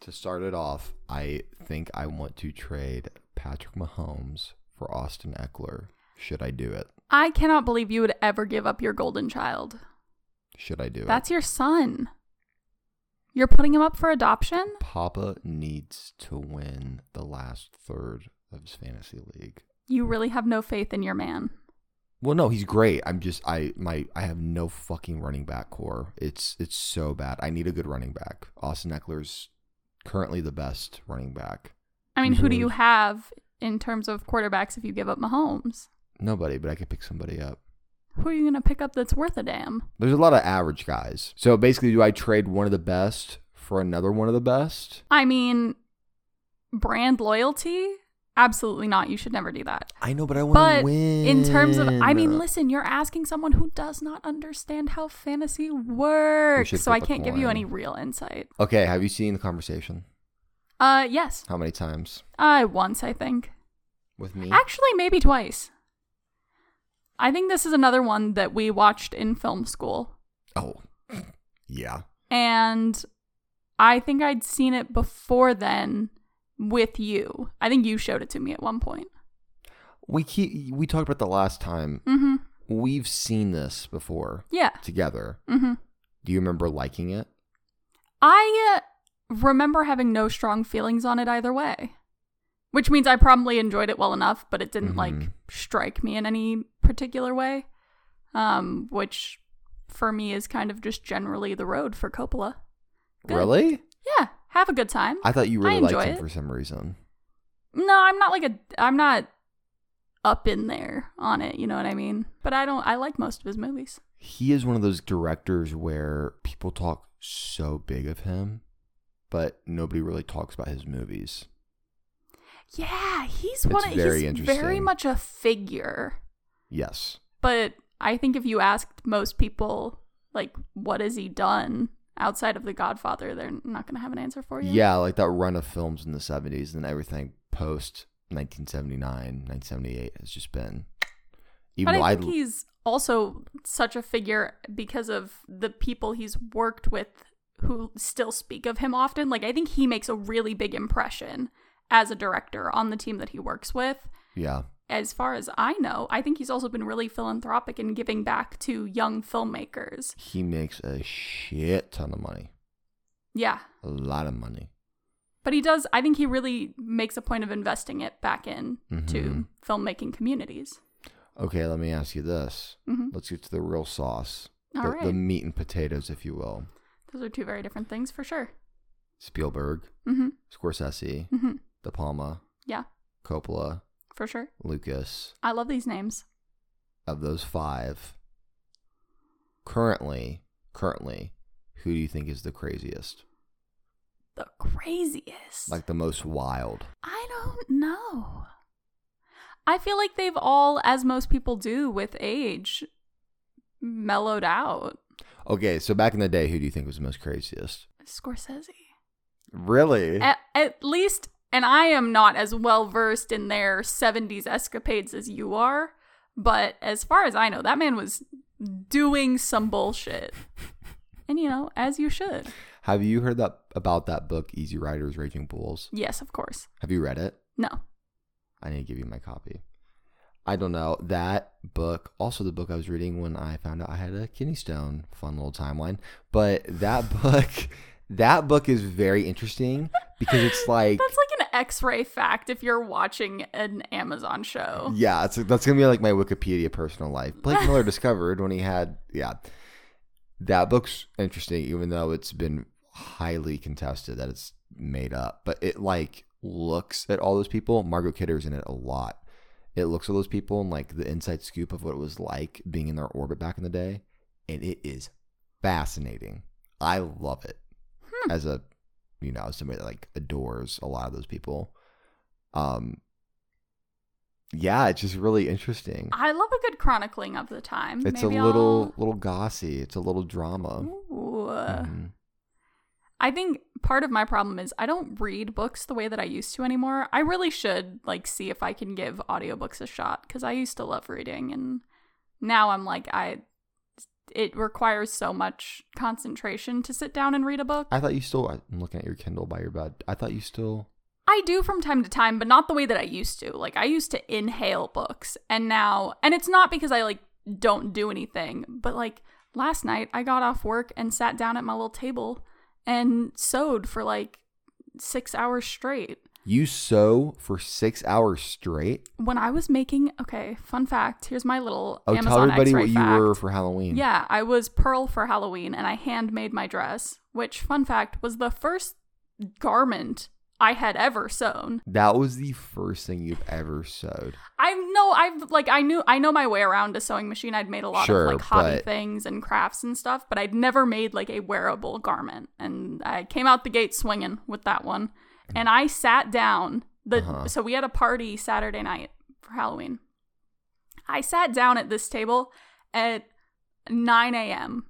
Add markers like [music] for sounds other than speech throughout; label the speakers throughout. Speaker 1: to start it off, I think I want to trade Patrick Mahomes for Austin Eckler. Should I do it?
Speaker 2: I cannot believe you would ever give up your golden child.
Speaker 1: Should I do
Speaker 2: That's your son. You're putting him up for adoption?
Speaker 1: it? Papa needs to win the last third of his fantasy league.
Speaker 2: You really have no faith in your man.
Speaker 1: Well, no, he's great. I'm just I my I have no fucking running back core. It's it's so bad. I need a good running back. Austin Eckler's currently the best running back.
Speaker 2: I mean, who do you
Speaker 1: Mhm.
Speaker 2: have in terms of quarterbacks if you give up Mahomes?
Speaker 1: Nobody, but I could pick somebody up.
Speaker 2: Who are you going to pick up that's worth a damn?
Speaker 1: There's a lot of average guys. So basically, do I trade one of the best for another one of the best?
Speaker 2: I mean, brand loyalty? Absolutely not. You should never do that.
Speaker 1: I know, but I want
Speaker 2: But
Speaker 1: to win.
Speaker 2: in terms of, I mean, listen, you're asking someone who does not understand how fantasy works,
Speaker 1: should
Speaker 2: so I
Speaker 1: flip a
Speaker 2: can't give you
Speaker 1: coin.
Speaker 2: any real insight.
Speaker 1: Okay, have you seen the conversation?
Speaker 2: Uh, yes,
Speaker 1: How many times
Speaker 2: I Uh, once I think,
Speaker 1: with me?
Speaker 2: actually, maybe twice. I think this is another one that we watched in film school,
Speaker 1: Oh, yeah.
Speaker 2: and I think I'd seen it before then with you. I think you showed it to me at one point.
Speaker 1: We keep we talked about the last time.
Speaker 2: Mm-hmm.
Speaker 1: We've seen this before
Speaker 2: Yeah.
Speaker 1: together.
Speaker 2: Mm-hmm.
Speaker 1: Do you remember liking it?
Speaker 2: I uh, remember having no strong feelings on it either way, which means I probably enjoyed it well enough, but it didn't like
Speaker 1: Mhm.
Speaker 2: strike me in any particular way. Um, which for me is kind of just generally the road for Coppola. Good.
Speaker 1: Really?
Speaker 2: Yeah, have a good time.
Speaker 1: I thought you
Speaker 2: I
Speaker 1: really liked
Speaker 2: enjoy
Speaker 1: him
Speaker 2: it.
Speaker 1: for some reason.
Speaker 2: no, I'm not like a I'm not up in there on it, you know what I mean? But I don't I like most of his movies.
Speaker 1: He is one of those directors where people talk so big of him, but nobody really talks about his movies.
Speaker 2: Yeah, he's
Speaker 1: It's
Speaker 2: one
Speaker 1: very
Speaker 2: of he's very
Speaker 1: interesting.
Speaker 2: much a figure.
Speaker 1: Yes.
Speaker 2: But I think if you asked most people, like, what has he done outside of The Godfather, they're not going to have an answer for you.
Speaker 1: Yeah, like that run of films in the 70s and everything post 1979, 1978 has just been. Even
Speaker 2: but
Speaker 1: though
Speaker 2: I
Speaker 1: I,
Speaker 2: think he's also such a figure because of the people he's worked with who still speak of him often. Like, I think he makes a really big impression as a director on the team that he works with.
Speaker 1: yeah,
Speaker 2: As far as I know, I think he's also been really philanthropic in giving back to young filmmakers.
Speaker 1: he makes a shit ton of money.
Speaker 2: Yeah.
Speaker 1: A lot of money.
Speaker 2: but he does i think he really makes a point of investing it back in to
Speaker 1: Mhm.
Speaker 2: filmmaking communities
Speaker 1: Okay, let me ask you this.
Speaker 2: Mhm.
Speaker 1: Let's get to the real sauce.
Speaker 2: All
Speaker 1: the,
Speaker 2: right.
Speaker 1: the meat and potatoes, if you will.
Speaker 2: those are two very different things for sure
Speaker 1: Spielberg,
Speaker 2: hmm
Speaker 1: Scorsese,
Speaker 2: hmm
Speaker 1: De Palma,
Speaker 2: yeah
Speaker 1: Coppola,
Speaker 2: for sure
Speaker 1: Lucas.
Speaker 2: i love these names
Speaker 1: Of those five, currently, currently, who do you think is the craziest?
Speaker 2: the craziest
Speaker 1: Like the most wild?
Speaker 2: i don't know i feel like they've all as most people do with age mellowed out
Speaker 1: Okay, so back in the day, who do you think was the most craziest?
Speaker 2: scorsese
Speaker 1: Really?
Speaker 2: at, at least and i am not as well versed in their 70s escapades as you are but as far as i know that man was doing
Speaker 1: [laughs]
Speaker 2: some bullshit and you know as you should
Speaker 1: Have you heard that about that book, Easy Riders, Raging Bulls?
Speaker 2: yes of course
Speaker 1: Have you read it?
Speaker 2: no
Speaker 1: I need to give you my copy. I don't know. That book, also the book I was reading when I found out I had a kidney stone, fun little timeline. But that [laughs] book, that book is very interesting because it's like,
Speaker 2: that's like an x-ray fact if you're watching an amazon show
Speaker 1: yeah, it's, that's going to be like my Wikipedia personal life. Blake Miller discovered when he had, yeah. That book's interesting, even though it's been highly contested that it's made up. But it like looks at all those people. Margot Kidder's in it a lot. it looks at those people and like the inside scoop of what it was like being in their orbit back in the day and it is fascinating i love it
Speaker 2: Hmm.
Speaker 1: as a you know as somebody that like adores a lot of those people um yeah it's just really interesting
Speaker 2: i love a good chronicling of the time
Speaker 1: it's
Speaker 2: Maybe
Speaker 1: a
Speaker 2: I'll-
Speaker 1: little um, little gossy it's a little drama
Speaker 2: Ooh.
Speaker 1: Mhm.
Speaker 2: I think part of my problem is I don't read books the way that I used to anymore. I really should like see if I can give audiobooks a shot cuz I used to love reading and now I'm like I it requires so much concentration to sit down and read a book.
Speaker 1: I thought you still. I'm looking at your Kindle by your bed. I thought you still.
Speaker 2: I do from time to time, but not the way that I used to. Like I used to inhale books and now and it's not because I like don't do anything, but like last night I got off work and sat down at my little table and sewed for like 6 hours straight.
Speaker 1: You sew for six hours straight.
Speaker 2: When I was making, okay, fun fact, here's my little
Speaker 1: Oh,
Speaker 2: Amazon
Speaker 1: tell everybody
Speaker 2: X-ray
Speaker 1: what you
Speaker 2: fact.
Speaker 1: were for Halloween.
Speaker 2: Yeah, I was Pearl for Halloween and I handmade my dress, which, fun fact, was the first garment I had ever sewn.
Speaker 1: That was the first thing you've ever sewed.
Speaker 2: I know I've like I knew I know my way around a sewing machine. I'd made a lot
Speaker 1: Sure,
Speaker 2: of like hobby
Speaker 1: but-
Speaker 2: things and crafts and stuff, but I'd never made like a wearable garment. And I came out the gate swinging with that one. And I sat down the
Speaker 1: Uh-huh.
Speaker 2: so we had a party Saturday night for Halloween. I sat down at this table at 9 a.m.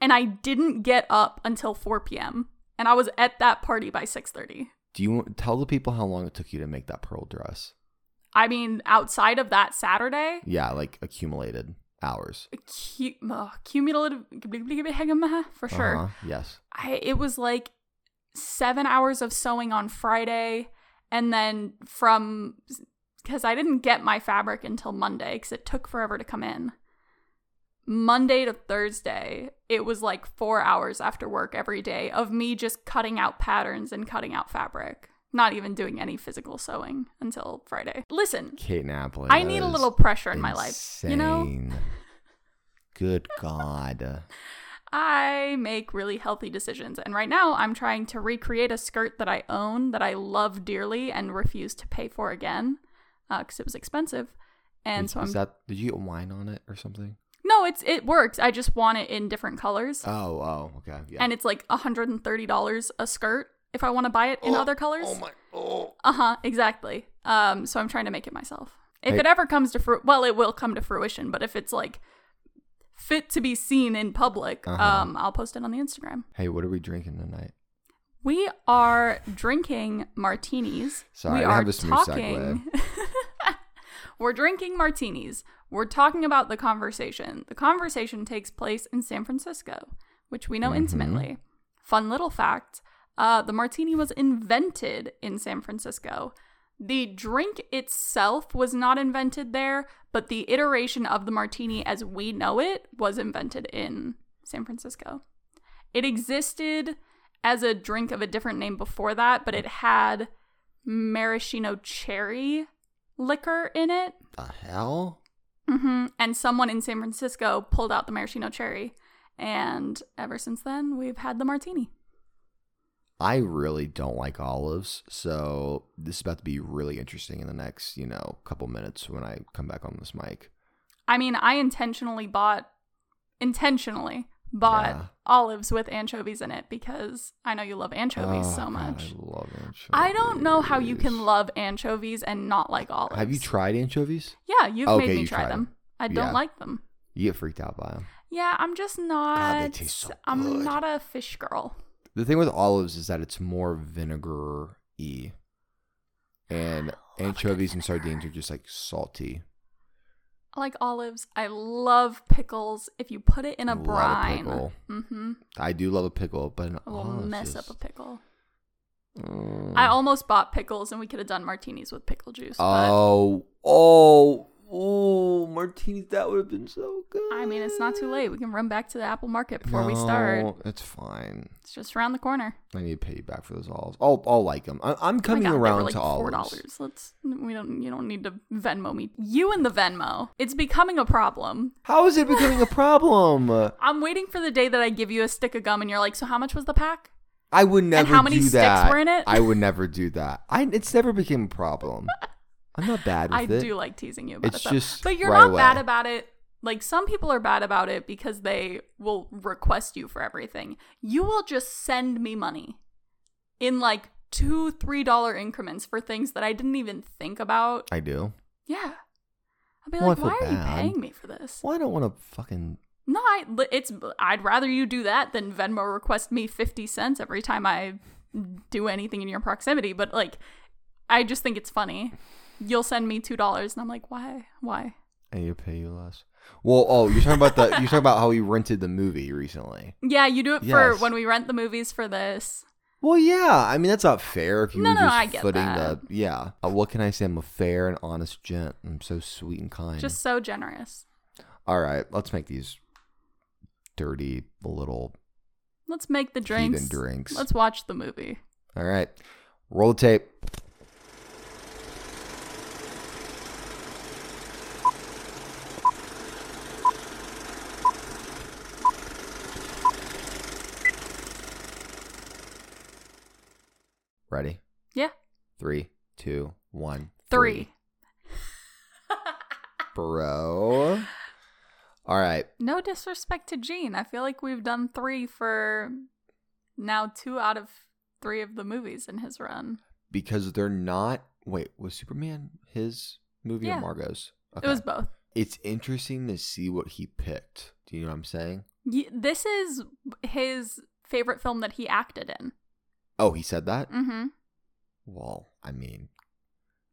Speaker 2: and I didn't get up until 4 p.m. and I was at that party by 6:30.
Speaker 1: Do you want, tell the people how long it took you to make that pearl dress?
Speaker 2: I mean, outside of that Saturday,
Speaker 1: Yeah, like accumulated hours.
Speaker 2: Cu- uh, cumulative for sure.
Speaker 1: Uh-huh. Yes.
Speaker 2: I it was like seven hours of sewing on Friday, and then from because I didn't get my fabric until Monday because it took forever to come in. Monday to Thursday, it was like four hours after work every day of me just cutting out patterns and cutting out fabric, not even doing any physical sewing until Friday. Listen,
Speaker 1: Kate Napoli.
Speaker 2: I
Speaker 1: that
Speaker 2: need a
Speaker 1: is
Speaker 2: little pressure in my life, you know.
Speaker 1: insane.
Speaker 2: [laughs]
Speaker 1: Good God.
Speaker 2: I make really healthy decisions. And right now, I'm trying to recreate a skirt that I own that I love dearly and refuse to pay for again because it was expensive. And
Speaker 1: Is-
Speaker 2: so I'm
Speaker 1: is that did you get wine on it or something?
Speaker 2: no, it's it works. I just want it in different colors,
Speaker 1: Oh, oh, okay. Yeah.
Speaker 2: and it's like 130 dollars a skirt if I want to buy it in
Speaker 1: Oh, [gasps]
Speaker 2: other colors.
Speaker 1: Oh my oh
Speaker 2: Uh huh. Exactly. Um. So I'm trying to make it myself. If
Speaker 1: Hey-
Speaker 2: it ever comes to fruit, well, it will come to fruition. But if it's like fit to be seen in public,
Speaker 1: Uh-huh.
Speaker 2: um, I'll post it on the Instagram.
Speaker 1: Hey, what are we drinking tonight?
Speaker 2: We are drinking martinis.
Speaker 1: Sorry,
Speaker 2: we
Speaker 1: I
Speaker 2: are
Speaker 1: have a smooth segue.
Speaker 2: We're drinking martinis. We're talking about the conversation. The conversation takes place in San Francisco, which we know
Speaker 1: Mhm.
Speaker 2: intimately. Fun little fact uh, the martini was invented in San Francisco. The drink itself was not invented there, but the iteration of the martini as we know it was invented in San Francisco. It existed as a drink of a different name before that, but it had maraschino cherry liquor in it.
Speaker 1: The hell?
Speaker 2: hmm And someone in San Francisco pulled out the maraschino cherry. And ever since then, we've had the martini.
Speaker 1: I really don't like olives, so this is about to be really interesting in the next, you know, couple minutes when I come back on this mic.
Speaker 2: I mean, I intentionally bought, intentionally bought
Speaker 1: Yeah.
Speaker 2: olives with anchovies in it because I know you love anchovies
Speaker 1: Oh,
Speaker 2: so
Speaker 1: God,
Speaker 2: much.
Speaker 1: I love anchovies.
Speaker 2: I don't know how you can love anchovies and not like olives.
Speaker 1: Have you tried anchovies?
Speaker 2: Yeah, you've
Speaker 1: Okay,
Speaker 2: made me
Speaker 1: you
Speaker 2: try
Speaker 1: tried
Speaker 2: them.
Speaker 1: 'em.
Speaker 2: I don't
Speaker 1: Yeah.
Speaker 2: like them.
Speaker 1: You get freaked out by them.
Speaker 2: Yeah, I'm just
Speaker 1: God,
Speaker 2: not.
Speaker 1: they taste so
Speaker 2: I'm
Speaker 1: good.
Speaker 2: not a fish girl.
Speaker 1: The thing with olives is that it's more vinegar y.
Speaker 2: Oh,
Speaker 1: And anchovies and sardines are just like salty.
Speaker 2: I like olives. I love pickles. If you put it in a
Speaker 1: Love a
Speaker 2: brine,
Speaker 1: pickle.
Speaker 2: mm-hmm,
Speaker 1: I do love a pickle, but an
Speaker 2: I will
Speaker 1: olive
Speaker 2: mess
Speaker 1: is-
Speaker 2: up a pickle.
Speaker 1: Mm.
Speaker 2: I almost bought pickles, and we could have done martinis with pickle juice. But
Speaker 1: Oh, oh, oh, martinis. That would have been so good.
Speaker 2: I mean, it's not too late. We can run back to the Apple Market before we start.
Speaker 1: No, It's fine.
Speaker 2: It's just around the corner.
Speaker 1: I need to pay you back for those olives. I'll, I'll like them. I, I'm
Speaker 2: Oh my
Speaker 1: coming
Speaker 2: God, they were
Speaker 1: around
Speaker 2: like
Speaker 1: to
Speaker 2: four
Speaker 1: olives.
Speaker 2: dollars. Let's. We don't. You don't need to Venmo me. You and the Venmo. It's becoming a problem.
Speaker 1: How is it becoming
Speaker 2: [laughs]
Speaker 1: a problem?
Speaker 2: I'm waiting for the day that I give you a stick of gum, and you're like, "So how much was the pack?"
Speaker 1: I would never.
Speaker 2: how many
Speaker 1: do
Speaker 2: sticks
Speaker 1: that.
Speaker 2: were in it?
Speaker 1: I would never do that. I. It's never became a problem. I'm not bad with
Speaker 2: [laughs] I
Speaker 1: it.
Speaker 2: do like teasing you about
Speaker 1: It's
Speaker 2: it, though.
Speaker 1: just
Speaker 2: but you're
Speaker 1: right
Speaker 2: not bad
Speaker 1: away.
Speaker 2: about it. Like some people are bad about it because they will request you for everything. You will just send me money in like two, three dollar increments for things that I didn't even think about.
Speaker 1: I do.
Speaker 2: Yeah, I'll be
Speaker 1: Well,
Speaker 2: like,
Speaker 1: I feel
Speaker 2: why are you
Speaker 1: bad.
Speaker 2: paying me for this?
Speaker 1: Well, I don't want to fucking.
Speaker 2: No, I li- it's I'd rather you do that than Venmo request me 50 cents every time I do anything in your proximity, but like I just think it's funny. You'll send me $2 and I'm like, "Why? Why?"
Speaker 1: I need to pay you less. Well, oh, you're talking about
Speaker 2: [laughs]
Speaker 1: the you're talking about how he rented the movie recently.
Speaker 2: Yeah, you do it for
Speaker 1: Yes.
Speaker 2: when we rent the movies for this.
Speaker 1: Well, yeah. I mean, that's not fair if you
Speaker 2: No,
Speaker 1: were
Speaker 2: no,
Speaker 1: just
Speaker 2: I get
Speaker 1: footing
Speaker 2: that.
Speaker 1: the yeah. Uh, what can I say? I'm a fair and honest gent. I'm so sweet and kind.
Speaker 2: Just so generous.
Speaker 1: all right. Let's make these dirty little
Speaker 2: Let's make the drinks.
Speaker 1: heathen drinks.
Speaker 2: Let's watch the movie.
Speaker 1: all right. Roll the tape. Ready?
Speaker 2: Yeah.
Speaker 1: Three, two, one.
Speaker 2: Three.
Speaker 1: Bro. All right.
Speaker 2: No disrespect to Gene. I feel like we've done three for now two out of three of the movies in his run.
Speaker 1: Because they're not. Wait, was Superman his movie
Speaker 2: Yeah.
Speaker 1: or Margot's?
Speaker 2: It was both.
Speaker 1: it's interesting to see what he picked. Do you know what I'm saying?
Speaker 2: Ye- This is his favorite film that he acted in.
Speaker 1: Oh, he said that?
Speaker 2: hmm
Speaker 1: Well, I mean,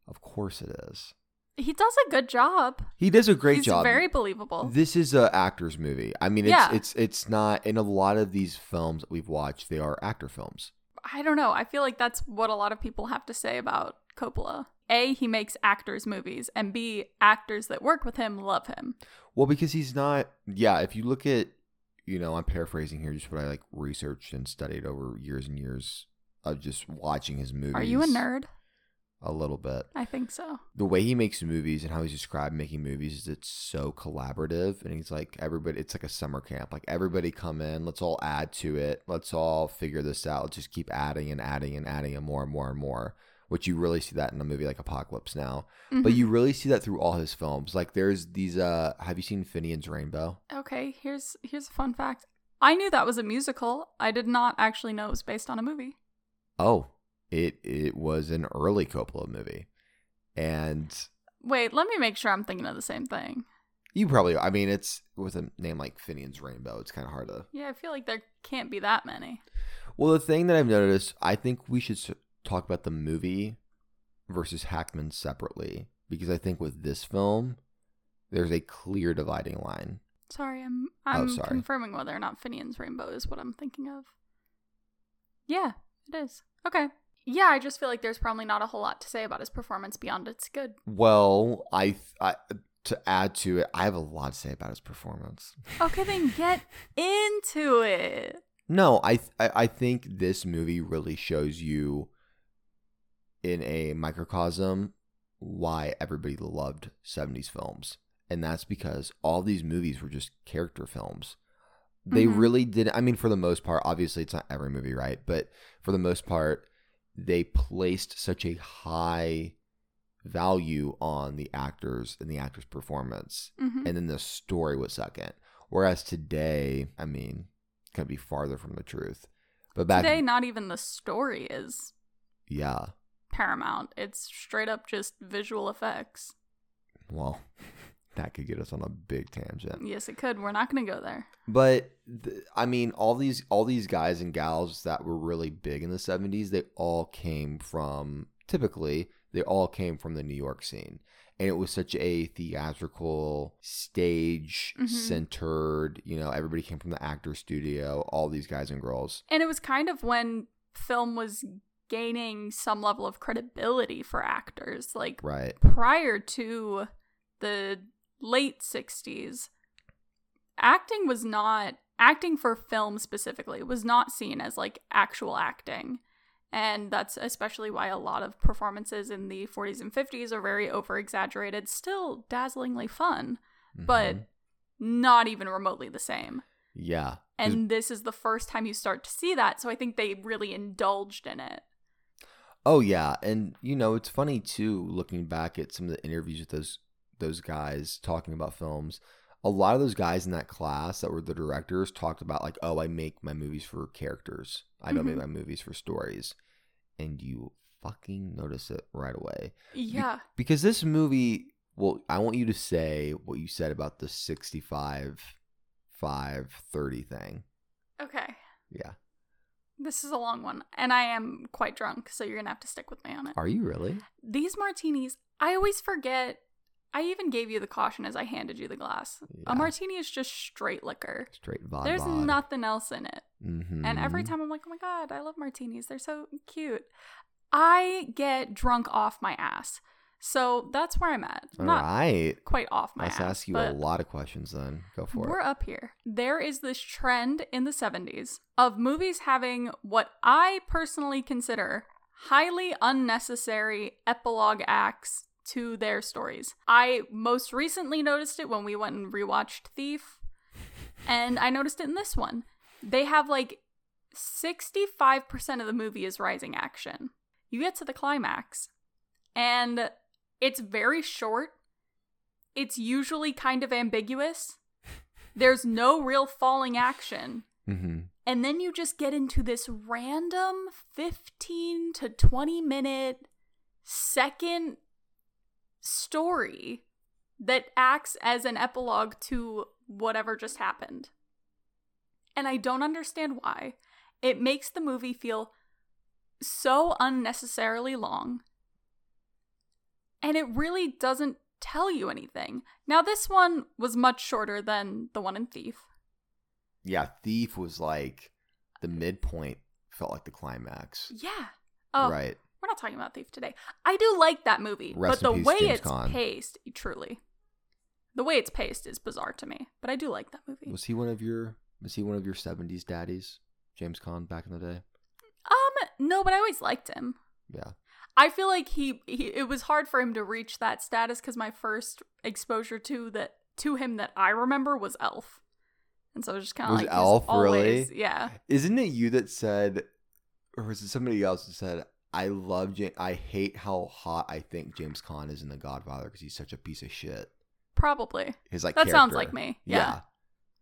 Speaker 1: of course it is.
Speaker 2: He does a good job.
Speaker 1: He does a great
Speaker 2: He's
Speaker 1: job.
Speaker 2: Very believable.
Speaker 1: This is a actor's movie. I mean, it's
Speaker 2: Yeah.
Speaker 1: it's it's not in a lot of these films that we've watched. They are actor films.
Speaker 2: I don't know. I feel like that's what a lot of people have to say about Coppola. A, he makes actors movies, and B, actors that work with him love him.
Speaker 1: Well, because he's not. Yeah, if you look at, you know, I'm paraphrasing here, just what I like researched and studied over years and years of just watching his movies.
Speaker 2: Are you a nerd?
Speaker 1: A little bit.
Speaker 2: I think so.
Speaker 1: the way he makes movies and how he's described making movies is it's so collaborative and he's like everybody it's like a summer camp like everybody come in let's all add to it let's all figure this out let's just keep adding and adding and adding and more and more and more which you really see that in a movie like apocalypse now but
Speaker 2: Mhm.
Speaker 1: you really see that through all his films like there's these uh have you seen finian's rainbow
Speaker 2: Okay, here's here's a fun fact. I knew that was a musical. I did not actually know it was based on a movie.
Speaker 1: oh it it was an early coppola movie and
Speaker 2: Wait, let me make sure I'm thinking of the same thing.
Speaker 1: you probably i mean it's with a name like finian's rainbow it's kind of hard to
Speaker 2: Yeah, I feel like there can't be that many.
Speaker 1: Well, the thing that I've noticed, I think we should s- talk about the movie versus Hackman separately because I think with this film, there's a clear dividing line.
Speaker 2: Sorry, I'm
Speaker 1: Oh,
Speaker 2: I'm
Speaker 1: sorry.
Speaker 2: confirming whether or not Finian's Rainbow is what I'm thinking of. Yeah, it is. Okay. Yeah, I just feel like there's probably not a whole lot to say about his performance beyond it's good.
Speaker 1: Well, I, th- I to add to it, I have a lot to say about his performance. [laughs]
Speaker 2: Okay, then get into it.
Speaker 1: No, I th- I I think this movie really shows you in a microcosm why everybody loved 70s films. And that's because all these movies were just character films. They
Speaker 2: Mhm.
Speaker 1: really did I mean for the most part, obviously it's not every movie, right? But for the most part, they placed such a high value on the actors and the actors' performance
Speaker 2: hmm
Speaker 1: and then the story was second. Whereas today, I mean, could be farther from the truth. But back,
Speaker 2: Today, not even the story is
Speaker 1: yeah,
Speaker 2: paramount. It's straight up just visual effects.
Speaker 1: well, [laughs] that could get us on a big tangent.
Speaker 2: Yes, it could. We're not going to go there.
Speaker 1: But th- I mean, all these all these guys and gals that were really big in the '70s, they all came from typically they all came from the New York scene, and it was such a theatrical, stage
Speaker 2: Mm-hmm.
Speaker 1: centered. You know, everybody came from the actor studio. All these guys and girls.
Speaker 2: And it was kind of when film was gaining some level of credibility for actors. Like,
Speaker 1: Right.
Speaker 2: prior to the late 60s acting was not acting for film specifically was not seen as like actual acting and that's especially why a lot of performances in the 40s and 50s are very over exaggerated still dazzlingly fun but
Speaker 1: Mhm.
Speaker 2: not even remotely the same
Speaker 1: Yeah. 'Cause-
Speaker 2: and this is the first time you start to see that so i think they really indulged in it
Speaker 1: oh yeah, and you know it's funny too. Looking back at some of the interviews with those those guys talking about films, a lot of those guys in that class that were the directors talked about like, oh, I make my movies for characters. I don't
Speaker 2: Mhm.
Speaker 1: make my movies for stories, and you fucking notice it right away
Speaker 2: yeah
Speaker 1: because this movie. Well, I want you to say what you said about the 65 5 30 thing.
Speaker 2: okay
Speaker 1: Yeah.
Speaker 2: This is a long one, and I am quite drunk, so you're gonna have to stick with me on it.
Speaker 1: Are you really?
Speaker 2: These martinis, I always forget I even gave you the caution as I handed you the glass.
Speaker 1: Yeah.
Speaker 2: A martini is just straight liquor.
Speaker 1: Straight vodka.
Speaker 2: There's nothing else in it.
Speaker 1: Mm-hmm.
Speaker 2: And every time I'm like, oh my God, I love martinis. They're so cute. I get drunk off my ass. So that's where I'm at.
Speaker 1: All
Speaker 2: Not
Speaker 1: right.
Speaker 2: quite off my
Speaker 1: Let's
Speaker 2: ass.
Speaker 1: ask you a
Speaker 2: but
Speaker 1: lot of questions then. Go for
Speaker 2: We're
Speaker 1: it.
Speaker 2: up here. There is this trend in the 70s of movies having what I personally consider highly unnecessary epilogue acts to their stories. I most recently noticed it when we went and rewatched Thief, and I noticed it in this one. They have like 65% of the movie is rising action. You get to the climax, and it's very short. It's usually kind of ambiguous. There's no real falling action.
Speaker 1: Mm-hmm.
Speaker 2: And then you just get into this random 15 to 20 minute second story that acts as an epilogue to whatever just happened. And I don't understand why. It makes the movie feel so unnecessarily long. And it really doesn't tell you anything. Now, this one was much shorter than the one in Thief.
Speaker 1: Yeah, Thief was like the midpoint. Felt like the climax.
Speaker 2: Yeah. Oh,
Speaker 1: Right.
Speaker 2: We're not talking about Thief today. I do like that movie,
Speaker 1: Rest
Speaker 2: but
Speaker 1: in
Speaker 2: the
Speaker 1: peace,
Speaker 2: way
Speaker 1: James
Speaker 2: it's
Speaker 1: Caan.
Speaker 2: paced, truly, the way it's paced is bizarre to me. But I do like that movie.
Speaker 1: Was he one of your? Was he one of your '70s daddies? James Caan back in the day.
Speaker 2: um, [laughs] no, but I always liked him.
Speaker 1: Yeah.
Speaker 2: I feel like he, he it was hard for him to reach that status because my first exposure to that to him that I remember was Elf, and so it was just kind of
Speaker 1: Was
Speaker 2: like just
Speaker 1: Elf really?
Speaker 2: always- yeah.
Speaker 1: Isn't it you that said, or was it somebody else that said, "I love, James, I hate how hot I think James Caan is in The Godfather because he's such a piece of shit."
Speaker 2: Probably.
Speaker 1: His like
Speaker 2: That sounds
Speaker 1: character.
Speaker 2: like me. [laughs] Yeah.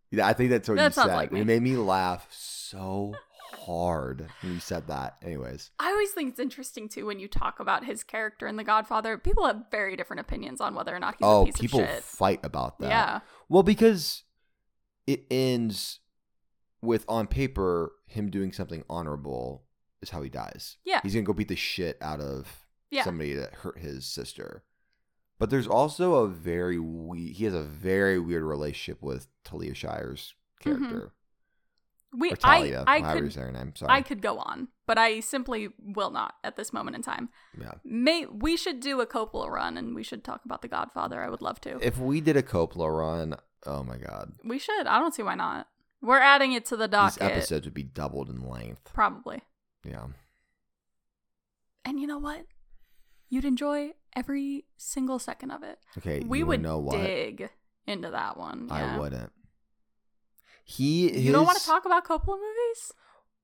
Speaker 1: yeah, Yeah, I think that's what
Speaker 2: That
Speaker 1: you
Speaker 2: sounds
Speaker 1: said.
Speaker 2: like me.
Speaker 1: It made me laugh so hard when you said that. Anyways,
Speaker 2: I always think it's interesting too when you talk about his character in The Godfather. People have very different opinions on whether or not he's a
Speaker 1: oh,
Speaker 2: piece
Speaker 1: people
Speaker 2: of shit.
Speaker 1: fight about that.
Speaker 2: Yeah.
Speaker 1: Well, because it ends with on paper him doing something honorable is how he dies.
Speaker 2: Yeah.
Speaker 1: He's gonna go beat the shit out of
Speaker 2: Yeah.
Speaker 1: somebody that hurt his sister. But there's also a very we he has a very weird relationship with Talia Shire's character.
Speaker 2: Mm-hmm. We
Speaker 1: Or Talia,
Speaker 2: I I
Speaker 1: however you
Speaker 2: could
Speaker 1: say her name. Sorry.
Speaker 2: I could go on, but I simply will not at this moment in time.
Speaker 1: yeah.
Speaker 2: May we should do a Coppola run and we should talk about The Godfather. I would love to.
Speaker 1: If we did a Coppola run, oh my god.
Speaker 2: we should. I don't see why not. We're adding it to the docket
Speaker 1: These episodes would be doubled in length.
Speaker 2: probably.
Speaker 1: Yeah.
Speaker 2: And you know what? You'd enjoy every single second of it.
Speaker 1: Okay.
Speaker 2: we
Speaker 1: you
Speaker 2: would
Speaker 1: know what?
Speaker 2: dig into that one.
Speaker 1: I
Speaker 2: yeah.
Speaker 1: wouldn't. He
Speaker 2: You don't want to
Speaker 1: his-
Speaker 2: talk about Coppola movies?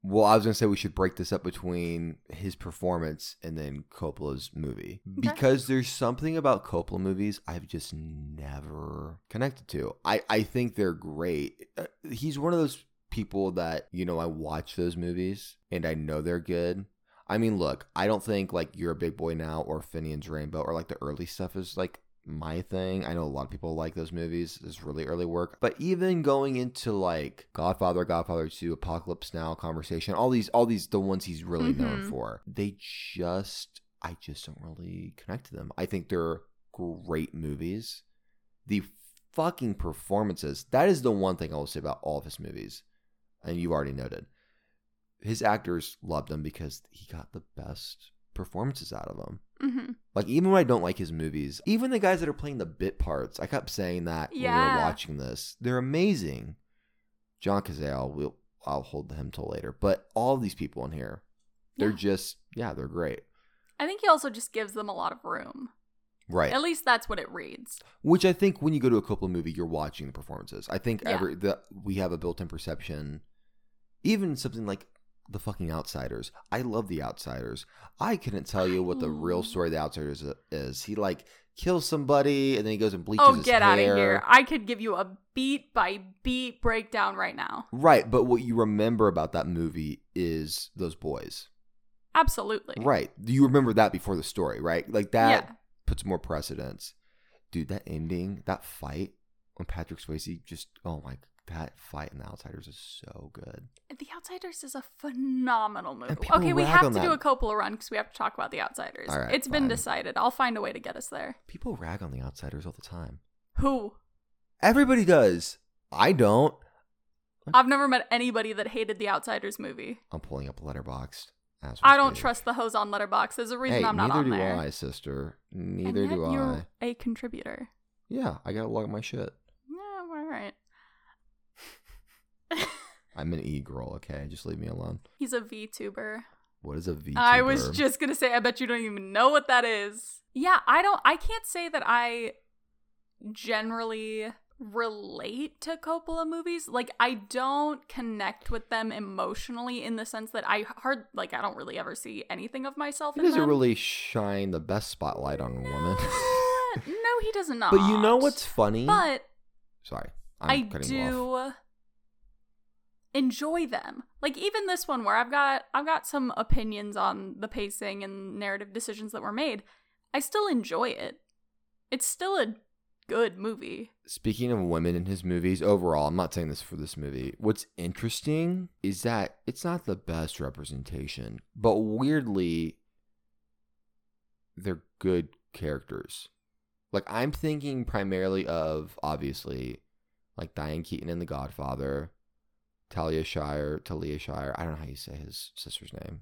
Speaker 1: Well, I was gonna say we should break this up between his performance and then Coppola's movie because there's something about Coppola movies I've just never connected to. I I think they're great. Uh, He's one of those people that you know I watch those movies and I know they're good. I mean, look, I don't think like you're a big boy now or Finian's Rainbow or like the early stuff is like my thing. I know a lot of people like those movies. It's really early work. But even going into like Godfather, Godfather 2, Apocalypse Now, Conversation, all these, all these, the ones he's really known
Speaker 2: Mhm.
Speaker 1: for, they just, I just don't really connect to them. I think they're great movies. The fucking performances, that is the one thing I will say about all of his movies. And you've already noted his actors loved him because he got the best performances out of him.
Speaker 2: Mm-hmm.
Speaker 1: Like even when I don't like his movies, even the guys that are playing the bit parts, I kept saying that when we
Speaker 2: Yeah.
Speaker 1: were watching this, they're amazing. John Cazale, we'll I'll hold him till later, but all these people in here, they're
Speaker 2: Yeah.
Speaker 1: just yeah, they're great,
Speaker 2: I think he also just gives them a lot of room.
Speaker 1: right?
Speaker 2: At least that's what it reads.
Speaker 1: Which I think when you go to a Coppola movie, you're watching the performances. I think
Speaker 2: Yeah.
Speaker 1: every the we have a built-in perception. Even something like the fucking Outsiders. I love the Outsiders. I couldn't tell you what the real
Speaker 2: Mm.
Speaker 1: story of the Outsiders i- is. He like kills somebody and then he goes and bleaches.
Speaker 2: Oh,
Speaker 1: his
Speaker 2: get out of
Speaker 1: hair.
Speaker 2: here. I could give you a beat by beat breakdown right now.
Speaker 1: Right, but what you remember about that movie is those boys.
Speaker 2: Absolutely.
Speaker 1: Right, you remember that before the story, right? Like that
Speaker 2: Yeah.
Speaker 1: puts more precedence. Dude, that ending, that fight when Patrick Swayze just oh my that fight in The Outsiders is so good.
Speaker 2: The Outsiders is a phenomenal movie.
Speaker 1: And people
Speaker 2: Okay, we
Speaker 1: rag
Speaker 2: have
Speaker 1: on
Speaker 2: to do a
Speaker 1: that.
Speaker 2: Coppola run because we have to talk about The Outsiders.
Speaker 1: All right,
Speaker 2: it's been
Speaker 1: fine.
Speaker 2: decided. I'll find a way to get us there.
Speaker 1: People rag on The Outsiders all the time.
Speaker 2: Who?
Speaker 1: Everybody does. I don't.
Speaker 2: I've never met anybody that hated The Outsiders movie.
Speaker 1: I'm pulling up Letterboxd. As we
Speaker 2: I don't
Speaker 1: speak.
Speaker 2: trust the hose on Letterbox. There's a reason
Speaker 1: hey,
Speaker 2: I'm not
Speaker 1: neither
Speaker 2: on
Speaker 1: do
Speaker 2: there.
Speaker 1: I, sister.
Speaker 2: And
Speaker 1: Neither
Speaker 2: yet
Speaker 1: do
Speaker 2: you're
Speaker 1: I.
Speaker 2: a contributor.
Speaker 1: Yeah, I gotta log my shit.
Speaker 2: Yeah, all right.
Speaker 1: I'm an e girl. Okay, just leave me alone.
Speaker 2: He's a VTuber.
Speaker 1: What is a VTuber?
Speaker 2: I was just gonna say, I bet you don't even know what that is. Yeah, I don't. I can't say that I generally relate to Coppola movies. Like, I don't connect with them emotionally in the sense that I hard like I don't really ever see anything of myself.
Speaker 1: He
Speaker 2: in
Speaker 1: doesn't
Speaker 2: them. [laughs]
Speaker 1: really shine the best spotlight on women.
Speaker 2: Uh, no, he does not.
Speaker 1: but you know what's funny?
Speaker 2: But
Speaker 1: Sorry, I'm
Speaker 2: i
Speaker 1: cutting you off.
Speaker 2: do enjoy them. Like even this one where I've got I've got some opinions on the pacing and narrative decisions that were made. I still enjoy it. It's still a good movie.
Speaker 1: Speaking of women in his movies, overall, I'm not saying this for this movie. What's interesting is that it's not the best representation, but weirdly, they're good characters. Like, I'm thinking primarily of, obviously, like Diane Keaton in The Godfather, Talia Shire, Talia Shire. I don't know how you say his sister's name.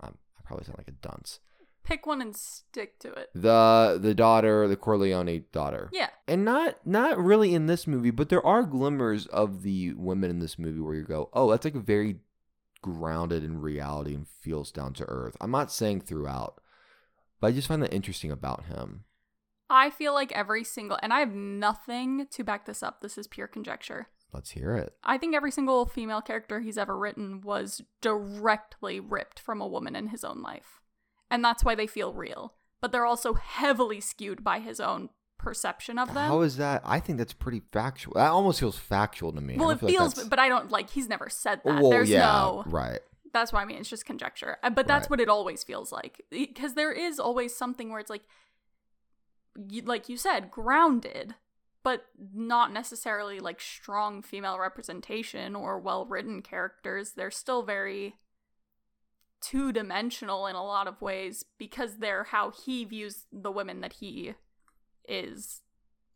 Speaker 1: Um, I probably sound like a dunce.
Speaker 2: Pick one and stick to it.
Speaker 1: The the daughter, the Corleone daughter
Speaker 2: Yeah.
Speaker 1: and not not really in this movie, but there are glimmers of the women in this movie where you go, "Oh, that's like very grounded in reality and feels down to earth." I'm not saying throughout, but I just find that interesting about him.
Speaker 2: I feel like every single and I have nothing to back this up. This is pure conjecture.
Speaker 1: Let's hear it.
Speaker 2: I think every single female character he's ever written was directly ripped from a woman in his own life. And that's why they feel real. But they're also heavily skewed by his own perception of them.
Speaker 1: How is that? I think that's pretty factual. That almost feels factual to me. I
Speaker 2: well, it
Speaker 1: don't feel like
Speaker 2: feels,
Speaker 1: that's-
Speaker 2: but I don't like, he's never said that.
Speaker 1: Well,
Speaker 2: There's
Speaker 1: yeah,
Speaker 2: no,
Speaker 1: right.
Speaker 2: that's what I mean. It's just conjecture. Uh, But that's
Speaker 1: Right.
Speaker 2: what it always feels like. Because there is always something where it's like, you, like you said, grounded, but not necessarily like strong female representation or well written characters. They're still very two dimensional in a lot of ways because they're how he views the women that he is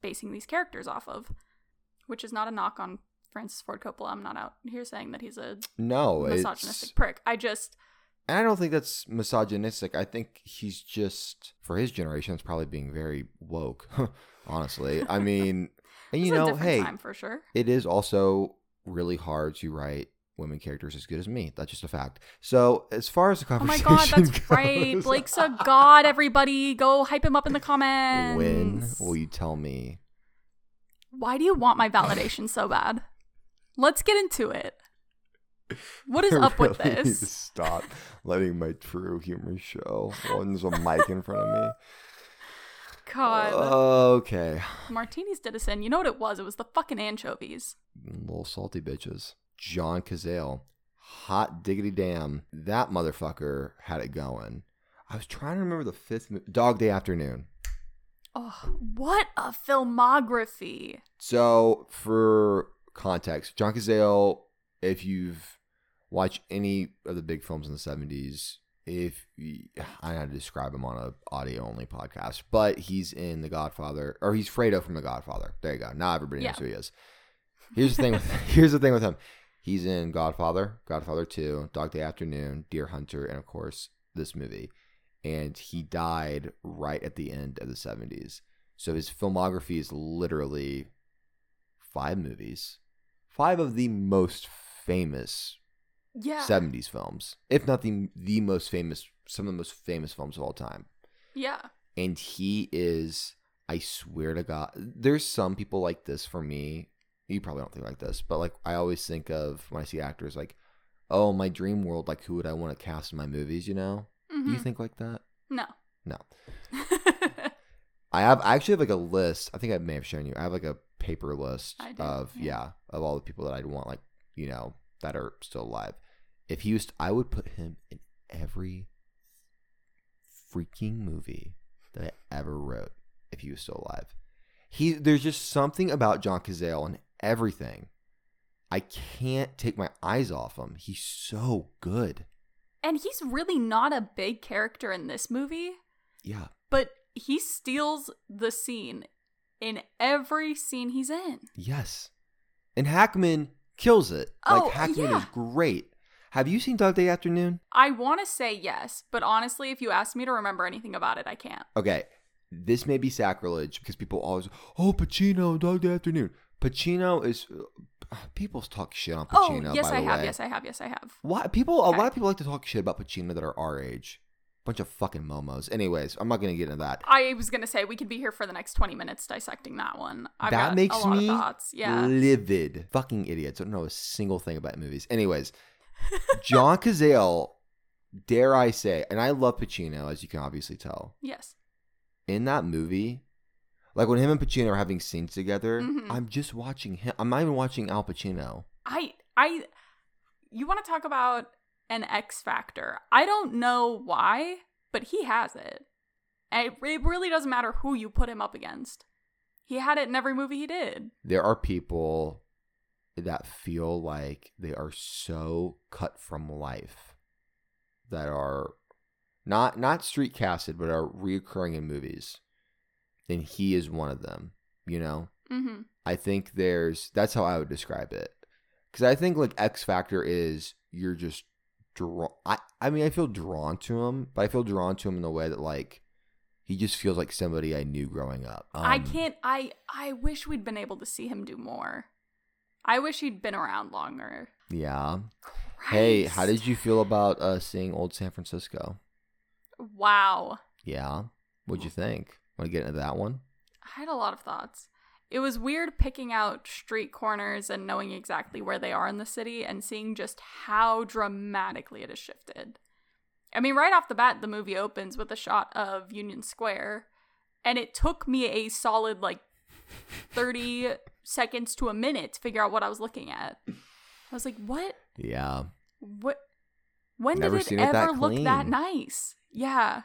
Speaker 2: basing these characters off of, which is not a knock on Francis Ford Coppola. I'm not out here saying that he's a
Speaker 1: No,
Speaker 2: misogynistic
Speaker 1: it's
Speaker 2: prick. I just
Speaker 1: And I don't think that's misogynistic. I think he's just for his generation. It's probably being very woke, [laughs] honestly. I
Speaker 2: [laughs]
Speaker 1: mean, and
Speaker 2: it's
Speaker 1: you
Speaker 2: a
Speaker 1: know,
Speaker 2: different
Speaker 1: hey,
Speaker 2: time for sure.
Speaker 1: it is also really hard to write women characters as good as me. That's just a fact. So as far as the
Speaker 2: Oh my
Speaker 1: conversation,
Speaker 2: god, that's
Speaker 1: [laughs] goes,
Speaker 2: right. Blake's a god. Everybody, go hype him up in the comments.
Speaker 1: when will you tell me?
Speaker 2: Why do you want my validation so bad? Let's get into it.
Speaker 1: [laughs]
Speaker 2: What is up with
Speaker 1: I really need to
Speaker 2: this?
Speaker 1: Stop letting my true humor show. One's a mic in front of me.
Speaker 2: [laughs] God,
Speaker 1: Okay,
Speaker 2: martinis did us in. You know what it was? It was the fucking anchovies.
Speaker 1: little salty bitches. John Cazale, hot diggity damn, that motherfucker had it going. I was trying to remember the fifth mo- Dog Day Afternoon.
Speaker 2: Oh, what a filmography!
Speaker 1: So, for context, John Cazale, if you've watched any of the big films in the '70s, if you, I don't know how to describe him on a audio only podcast, but he's in The Godfather, or he's Fredo from The Godfather. There you go. Now everybody knows
Speaker 2: Yeah.
Speaker 1: who he is. Here's the thing. With, [laughs] here's the thing with him. He's in Godfather, Godfather Two, Dog Day Afternoon, Deer Hunter, and of course this movie. And he died right at the end of the '70s. So his filmography is literally five movies, five of the most famous
Speaker 2: Yeah,
Speaker 1: 70s films, if not the the most famous, some of the most famous films of all time.
Speaker 2: yeah.
Speaker 1: And he is, I swear to God, there's some people like this for me. You probably don't think like this, but like I always think of when I see actors like, oh, my dream world, like who would I want to cast in my movies? You know, do you
Speaker 2: Mhm.
Speaker 1: think like that?
Speaker 2: no.
Speaker 1: No. I have I actually have like a list. I think I may have shown you. I have like a paper list
Speaker 2: I did,
Speaker 1: of yeah.
Speaker 2: yeah.
Speaker 1: of all the people that I'd want like you know that are still alive. If he was, I would put him in every freaking movie that I ever wrote. If he was still alive, he there's just something about John Cazale and everything I can't take my eyes off him. He's so good.
Speaker 2: [laughs] And he's really not a big character in this movie,
Speaker 1: Yeah.
Speaker 2: but he steals the scene in every scene he's in.
Speaker 1: Yes. And Hackman kills it.
Speaker 2: Oh,
Speaker 1: like Hackman
Speaker 2: yeah.
Speaker 1: is great. Have you seen Dog Day Afternoon?
Speaker 2: I want to say yes, but honestly, if you ask me to remember anything about it, I can't.
Speaker 1: Okay. This may be sacrilege because people always, oh, Pacino, Dog Day Afternoon. Pacino is. uh, People talk shit on Pacino.
Speaker 2: oh, yes,
Speaker 1: by
Speaker 2: I
Speaker 1: the
Speaker 2: have.
Speaker 1: way.
Speaker 2: Yes, I have. Yes, I have.
Speaker 1: Why people? A
Speaker 2: Okay.
Speaker 1: lot of people like to talk shit about Pacino that are our age. Bunch of fucking momos. Anyways, I'm not gonna get into that.
Speaker 2: I was gonna say we could be here for the next twenty minutes dissecting that one. I've
Speaker 1: that
Speaker 2: got
Speaker 1: makes
Speaker 2: a lot
Speaker 1: me
Speaker 2: of thoughts. Yeah,
Speaker 1: livid. Fucking idiots. I don't know a single thing about movies. Anyways, John Cazale, dare I say, and I love Pacino, as you can obviously tell.
Speaker 2: yes,
Speaker 1: In that movie, like when him and Pacino are having scenes together,
Speaker 2: Mhm.
Speaker 1: I'm just watching him. I'm not even watching Al Pacino.
Speaker 2: I, I, you want to talk about an X factor? I don't know why, but he has it. And It, it really doesn't matter who you put him up against. He had it in every movie he did.
Speaker 1: There are people that feel like they are so cut from life that are not not street casted but are reoccurring in movies. And he is one of them, you know?
Speaker 2: Mm-hmm.
Speaker 1: I think there's that's how I would describe it. Cuz I think like X factor is you're just drawn I I mean I feel drawn to him, but I feel drawn to him in the way that like he just feels like somebody I knew growing up.
Speaker 2: I
Speaker 1: Um,
Speaker 2: can't. I I wish we'd been able to see him do more. I wish he'd been around longer.
Speaker 1: Yeah. Hey, how
Speaker 2: Christ.
Speaker 1: did you feel about uh, seeing old San Francisco?
Speaker 2: Wow.
Speaker 1: Yeah. What'd you think? Want to get into that one?
Speaker 2: I had a lot of thoughts. It was weird picking out street corners and knowing exactly where they are in the city and seeing just how dramatically it has shifted. I mean, right off the bat, the movie opens with a shot of Union Square, and it took me a solid like
Speaker 1: [laughs]
Speaker 2: 30 seconds to a minute to figure out what I was looking at. I was like, what?
Speaker 1: Yeah.
Speaker 2: What? When
Speaker 1: Never
Speaker 2: did
Speaker 1: seen
Speaker 2: it
Speaker 1: it that
Speaker 2: ever look that
Speaker 1: clean.
Speaker 2: nice? Yeah.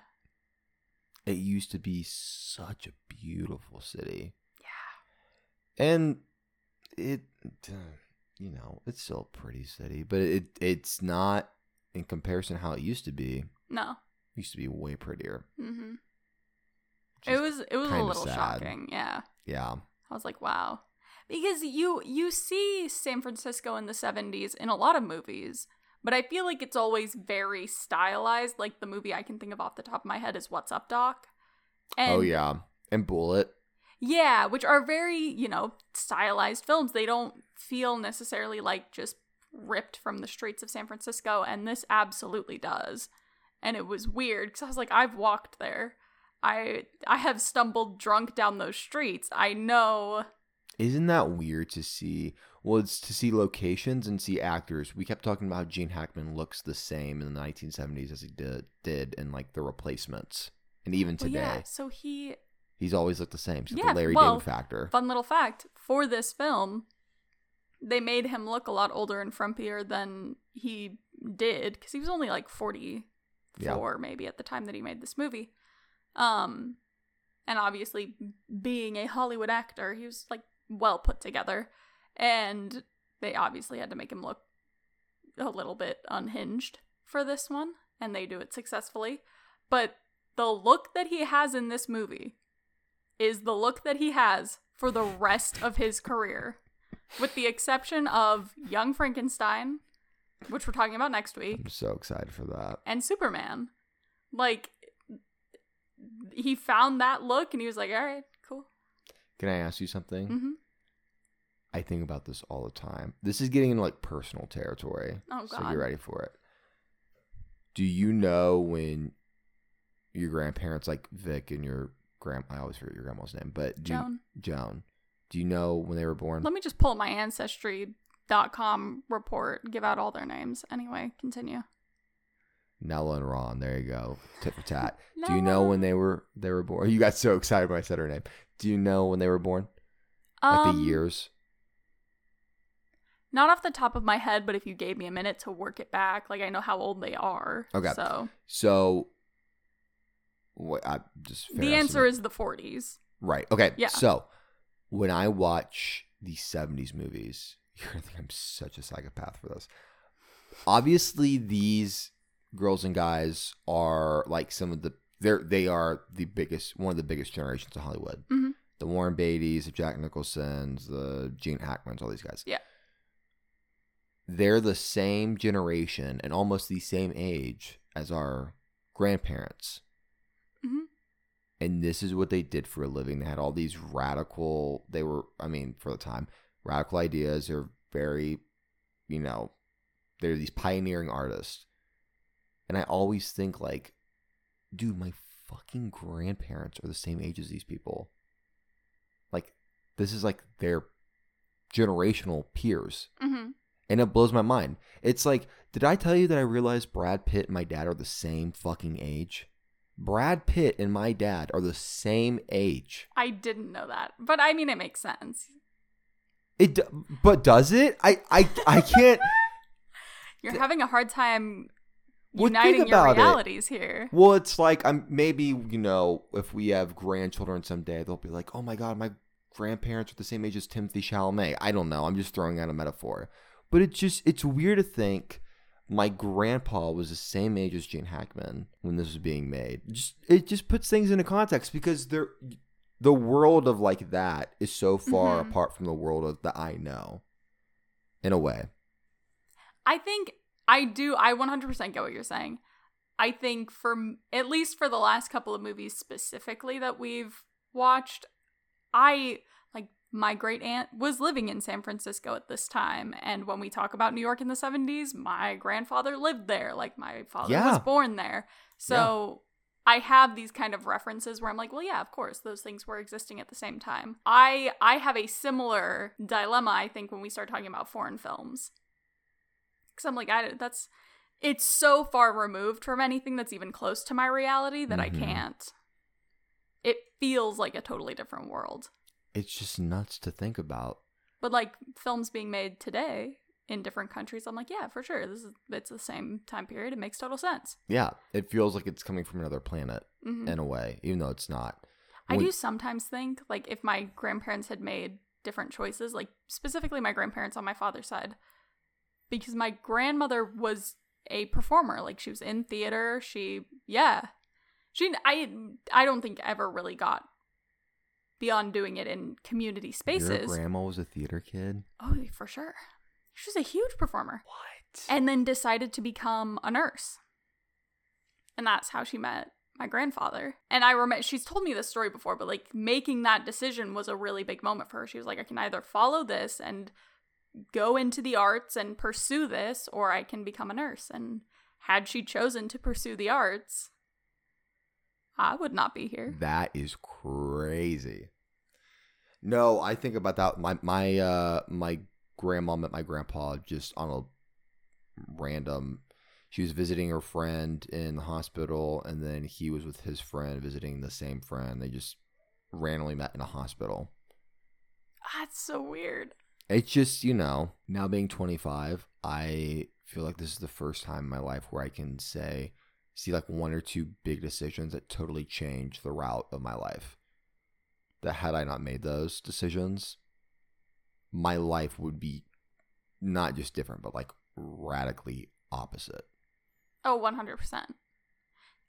Speaker 1: It used to be such a beautiful city. Yeah. And it, uh, you know, it's still a pretty city, but it it's not in comparison how it used to be. It
Speaker 2: No.
Speaker 1: used to be way prettier.
Speaker 2: hmm It
Speaker 1: Just-
Speaker 2: was it was a
Speaker 1: kinda
Speaker 2: little
Speaker 1: sad.
Speaker 2: shocking. Yeah.
Speaker 1: yeah.
Speaker 2: I was like, wow. Because you you see San Francisco in the 70s in a lot of movies, but I feel like it's always very stylized. Like the movie I can think of off the top of my head is What's Up Doc. And
Speaker 1: oh yeah. And Bullet.
Speaker 2: yeah, which are very, you know, stylized films. They don't feel necessarily like just ripped from the streets of San Francisco, and this absolutely does. And it was weird because I was like, I've walked there. I I have stumbled drunk down those streets. I know
Speaker 1: Isn't that weird to see? Well, it's to see locations and see actors. We kept talking about how Gene Hackman looks the same in the 1970s as he did, did in like the replacements. And even
Speaker 2: Well,
Speaker 1: today,
Speaker 2: yeah, so he
Speaker 1: he's always looked the same. It's
Speaker 2: Yeah,
Speaker 1: the Larry
Speaker 2: well,
Speaker 1: David factor.
Speaker 2: fun little fact for this film, they made him look a lot older and frumpier than he did because he was only like forty four maybe at the time that he made this movie. Um, and obviously being a Hollywood actor, he was like well put together, and they obviously had to make him look a little bit unhinged for this one, and they do it successfully. But the look that he has in this movie is the look that he has for the rest of his career, with the exception of Young Frankenstein, which we're talking about next week
Speaker 1: I'm so excited for that.
Speaker 2: and Superman. Like he found that look and he was like, "All right, cool."
Speaker 1: Can I ask you something?
Speaker 2: hmm
Speaker 1: I think about this all the time. This is getting into like personal territory.
Speaker 2: Oh,
Speaker 1: So
Speaker 2: God.
Speaker 1: get ready for it. Do you know when your grandparents, like Vic and your grand, I always forget your grandma's name, but do you-
Speaker 2: Joan,
Speaker 1: Joan, do you know when they were born?
Speaker 2: let me just pull my ancestry.com report, give out all their names. Anyway, continue.
Speaker 1: Nella and Ron. There you go. Tit for
Speaker 2: [laughs]
Speaker 1: tat. do you know when
Speaker 2: Nella.
Speaker 1: they were they were born? [laughs] You got so excited when I said her name. Do you know when they were born? Like
Speaker 2: Um,
Speaker 1: the years?
Speaker 2: Not off the top of my head, but if you gave me a minute to work it back, like I know how old they are.
Speaker 1: Okay.
Speaker 2: So
Speaker 1: So, what? I just
Speaker 2: the answer is the 40s.
Speaker 1: right. Okay.
Speaker 2: Yeah.
Speaker 1: So when I watch the '70s movies, [laughs] You're gonna think I'm such a psychopath for this. Obviously, these girls and guys are like some of the they're they are the biggest one of the biggest generations of Hollywood.
Speaker 2: Mhm.
Speaker 1: The Warren Beatty's, the Jack Nicholson's, the Gene Hackman's, all these guys.
Speaker 2: Yeah.
Speaker 1: They're the same generation and almost the same age as our grandparents.
Speaker 2: Mhm.
Speaker 1: And this is what they did for a living. They had all these radical they were I mean, for the time, radical ideas. They're very you know, they're these pioneering artists. And I always think like, dude, my fucking grandparents are the same age as these people. Like, this is like their generational peers.
Speaker 2: Mm-hmm.
Speaker 1: And it blows my mind. It's like, did I tell you that I realized Brad Pitt and my dad are the same fucking age? Brad Pitt and my dad are the same age.
Speaker 2: I didn't know that, but I mean, it makes sense.
Speaker 1: It, d- but does it? I, I, I can't.
Speaker 2: You're having a hard time
Speaker 1: Well, think
Speaker 2: uniting your
Speaker 1: about it.
Speaker 2: realities here.
Speaker 1: Well, it's like I'm maybe you know if we have grandchildren someday, they'll be like, "Oh my god, my grandparents are the same age as Timothy Chalamet." I don't know. I'm just throwing out a metaphor, but it's just it's weird to think my grandpa was the same age as Gene Hackman when this was being made. Just it just puts things into context because they're the world of like that is so far
Speaker 2: Mhm.
Speaker 1: apart from the world of the I know, in a way.
Speaker 2: I think I do. I 100% get what you're saying. I think for m- at least for the last couple of movies specifically that we've watched, I like my great aunt was living in San Francisco at this time. And when we talk about New York in the 70s, my grandfather lived there. Like my father
Speaker 1: Yeah.
Speaker 2: was born there. So I have these kind of references where I'm like, well, yeah, of course, those things were existing at the same time. I I have a similar dilemma, I think, when we start talking about foreign films, because I'm like, I that's it's so far removed from anything that's even close to my reality that
Speaker 1: Mhm.
Speaker 2: I can't. It feels like a totally different world.
Speaker 1: It's just nuts to think about.
Speaker 2: But like films being made today in different countries, I'm like, yeah, for sure, this is it's the same time period. It makes total sense.
Speaker 1: Yeah, it feels like it's coming from another planet.
Speaker 2: hmm
Speaker 1: in a way, even though it's not.
Speaker 2: I
Speaker 1: When-
Speaker 2: do sometimes think, like, if my grandparents had made different choices, like, specifically my grandparents on my father's side, because my grandmother was a performer. Like, she was in theater. She, yeah. She, I, I don't think ever really got beyond doing it in community
Speaker 1: Your
Speaker 2: spaces.
Speaker 1: grandma was a theater kid.
Speaker 2: oh, for sure. She was a huge performer.
Speaker 1: What?
Speaker 2: And then decided to become a nurse. And that's how she met my grandfather. And I remember she's told me this story before, but like making that decision was a really big moment for her. She was like, I can either follow this and go into the arts and pursue this, or I can become a nurse. And had she chosen to pursue the arts, I would not be here.
Speaker 1: That is crazy. No, I think about that. My my uh my grandma met my grandpa just on a random. She was visiting her friend in the hospital, and then he was with his friend visiting the same friend. They just randomly met in a hospital.
Speaker 2: That's so weird.
Speaker 1: It's just, you know, now being 25, I feel like this is the first time in my life where I can say, see like one or two big decisions that totally changed the route of my life. That had I not made those decisions, my life would be not just different, but like radically opposite.
Speaker 2: Oh, 100%.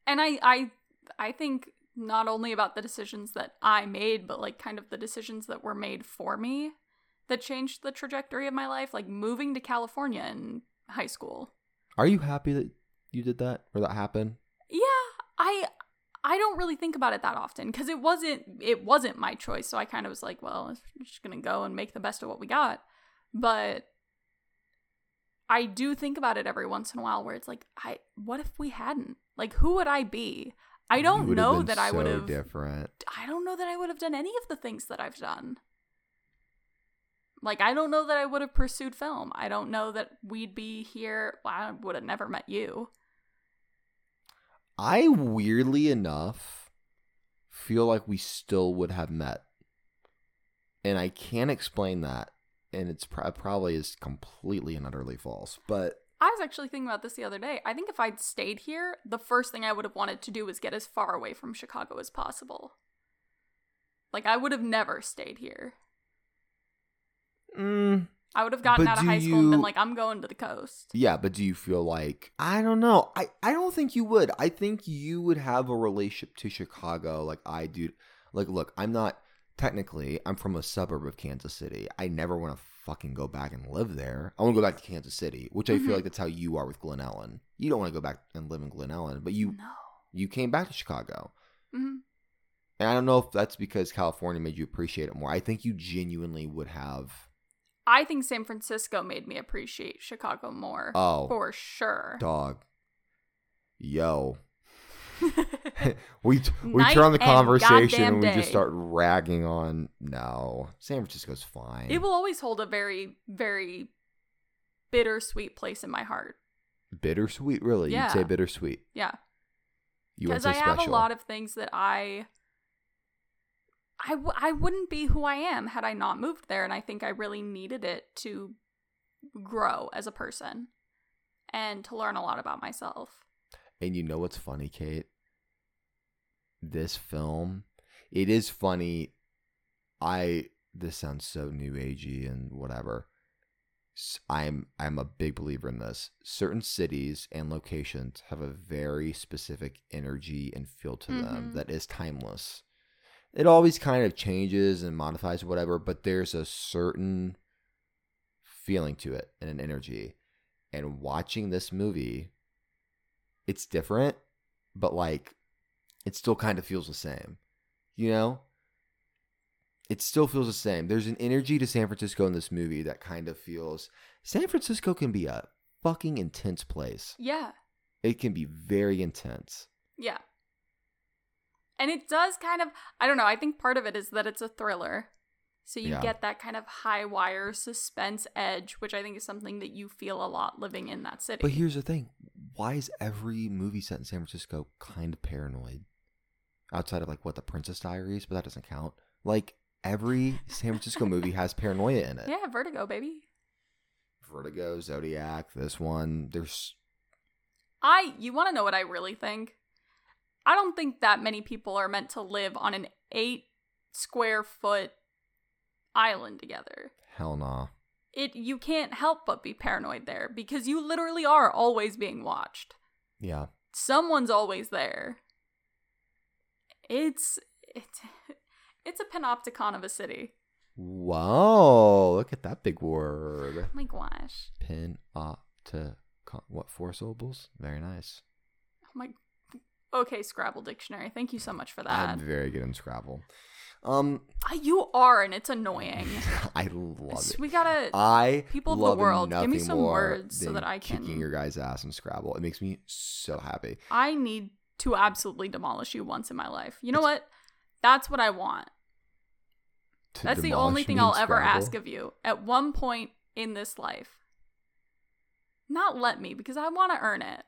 Speaker 2: And I I I think not only about the decisions that I made, but like kind of the decisions that were made for me that changed the trajectory of my life, like moving to California in high school.
Speaker 1: Are you happy that you did that or that happened?
Speaker 2: Yeah, I I don't really think about it that often cuz it wasn't it wasn't my choice, so I kind of was like, well, I'm just going to go and make the best of what we got. But I do think about it every once in a while where it's like, I what if we hadn't? Like who would I be? I
Speaker 1: You
Speaker 2: don't
Speaker 1: would've
Speaker 2: know
Speaker 1: been
Speaker 2: that I
Speaker 1: so
Speaker 2: would have
Speaker 1: different.
Speaker 2: I don't know that I would have done any of the things that I've done. Like, I don't know that I would have pursued film. I don't know that we'd be here. Well, I would have never met you.
Speaker 1: I weirdly enough feel like we still would have met. And I can't explain that. And it's pro- probably is completely and utterly false. But
Speaker 2: I was actually thinking about this the other day. I think if I'd stayed here, the first thing I would have wanted to do was get as far away from Chicago as possible. Like, I would have never stayed here.
Speaker 1: mm,
Speaker 2: I would have gotten
Speaker 1: But
Speaker 2: out of
Speaker 1: do
Speaker 2: high school and been
Speaker 1: you-
Speaker 2: like, I'm going to the coast.
Speaker 1: Yeah, but do you feel like I don't know. I I don't think you would. I think you would have a relationship to Chicago like I do. Like look, I'm not technically I'm from a suburb of Kansas City. I never want to fucking go back and live there. I want to go back to Kansas City, which I
Speaker 2: Mhm.
Speaker 1: feel like that's how you are with Glen Ellen. You don't want to go back and live in Glen Ellen, but you
Speaker 2: No.
Speaker 1: you came back to Chicago.
Speaker 2: hmm
Speaker 1: And I don't know if that's because California made you appreciate it more. I think you genuinely would have
Speaker 2: I think San Francisco made me appreciate Chicago more.
Speaker 1: oh
Speaker 2: for sure. [laughs]
Speaker 1: dog. Yo. we t- we
Speaker 2: Night
Speaker 1: turn on the
Speaker 2: and
Speaker 1: conversation
Speaker 2: goddamn
Speaker 1: and we
Speaker 2: day.
Speaker 1: just start ragging on. No, San Francisco's fine.
Speaker 2: it will always hold a very, very bittersweet place in my heart.
Speaker 1: bittersweet, really.
Speaker 2: Yeah.
Speaker 1: You'd say bittersweet.
Speaker 2: Yeah.
Speaker 1: You wouldn't say
Speaker 2: I
Speaker 1: special.
Speaker 2: have a lot of things that I I, w- I wouldn't be who I am had I not moved there and I think I really needed it to grow as a person and to learn a lot about myself.
Speaker 1: and you know what's funny, Kate? This film, it is funny. I this sounds so new agey and whatever. S- I'm I'm a big believer in this. Certain cities and locations have a very specific energy and feel to them
Speaker 2: Mhm.
Speaker 1: that is timeless. It always kind of changes and modifies whatever, but there's a certain feeling to it and an energy. And watching this movie, it's different, but like it still kind of feels the same. You know? It still feels the same. There's an energy to San Francisco in this movie that kind of feels San Francisco can be a fucking intense place.
Speaker 2: Yeah.
Speaker 1: It can be very intense.
Speaker 2: Yeah. And it does kind of I don't know, I think part of it is that it's a thriller. So you
Speaker 1: Yeah.
Speaker 2: get that kind of high wire suspense edge, which I think is something that you feel a lot living in that city.
Speaker 1: But here's the thing. Why is every movie set in San Francisco kind of paranoid? Outside of like what the Princess Diaries, but that doesn't count. Like every San Francisco movie has paranoia in it.
Speaker 2: yeah, vertigo, baby.
Speaker 1: Vertigo, Zodiac, this one. There's
Speaker 2: I you want to know what I really think? I don't think that many people are meant to live on an 8 square foot island together.
Speaker 1: hell nah.
Speaker 2: It you can't help but be paranoid there because you literally are always being watched.
Speaker 1: Yeah.
Speaker 2: Someone's always there. It's it's [laughs] it's a panopticon of a city.
Speaker 1: Whoa! Look at that big word.
Speaker 2: Oh my gosh.
Speaker 1: Pin to what four syllables? Very nice.
Speaker 2: Oh my Okay, Scrabble dictionary. Thank you so much for that.
Speaker 1: I'm very good in Scrabble. Um,
Speaker 2: Ah, you are and it's annoying.
Speaker 1: I [laughs] love it.
Speaker 2: we got to
Speaker 1: I
Speaker 2: People of the
Speaker 1: love
Speaker 2: world, give me
Speaker 1: nothing
Speaker 2: some
Speaker 1: more
Speaker 2: words so
Speaker 1: than
Speaker 2: that I can-
Speaker 1: kicking your guys' ass in Scrabble. It makes me so happy.
Speaker 2: I need to absolutely demolish you once in my life. You know what? That's what I want.
Speaker 1: to
Speaker 2: That's the
Speaker 1: demolish
Speaker 2: only thing
Speaker 1: me in
Speaker 2: I'll ever
Speaker 1: Scrabble.
Speaker 2: ask of you at one point in this life. Not let me because I want to earn it.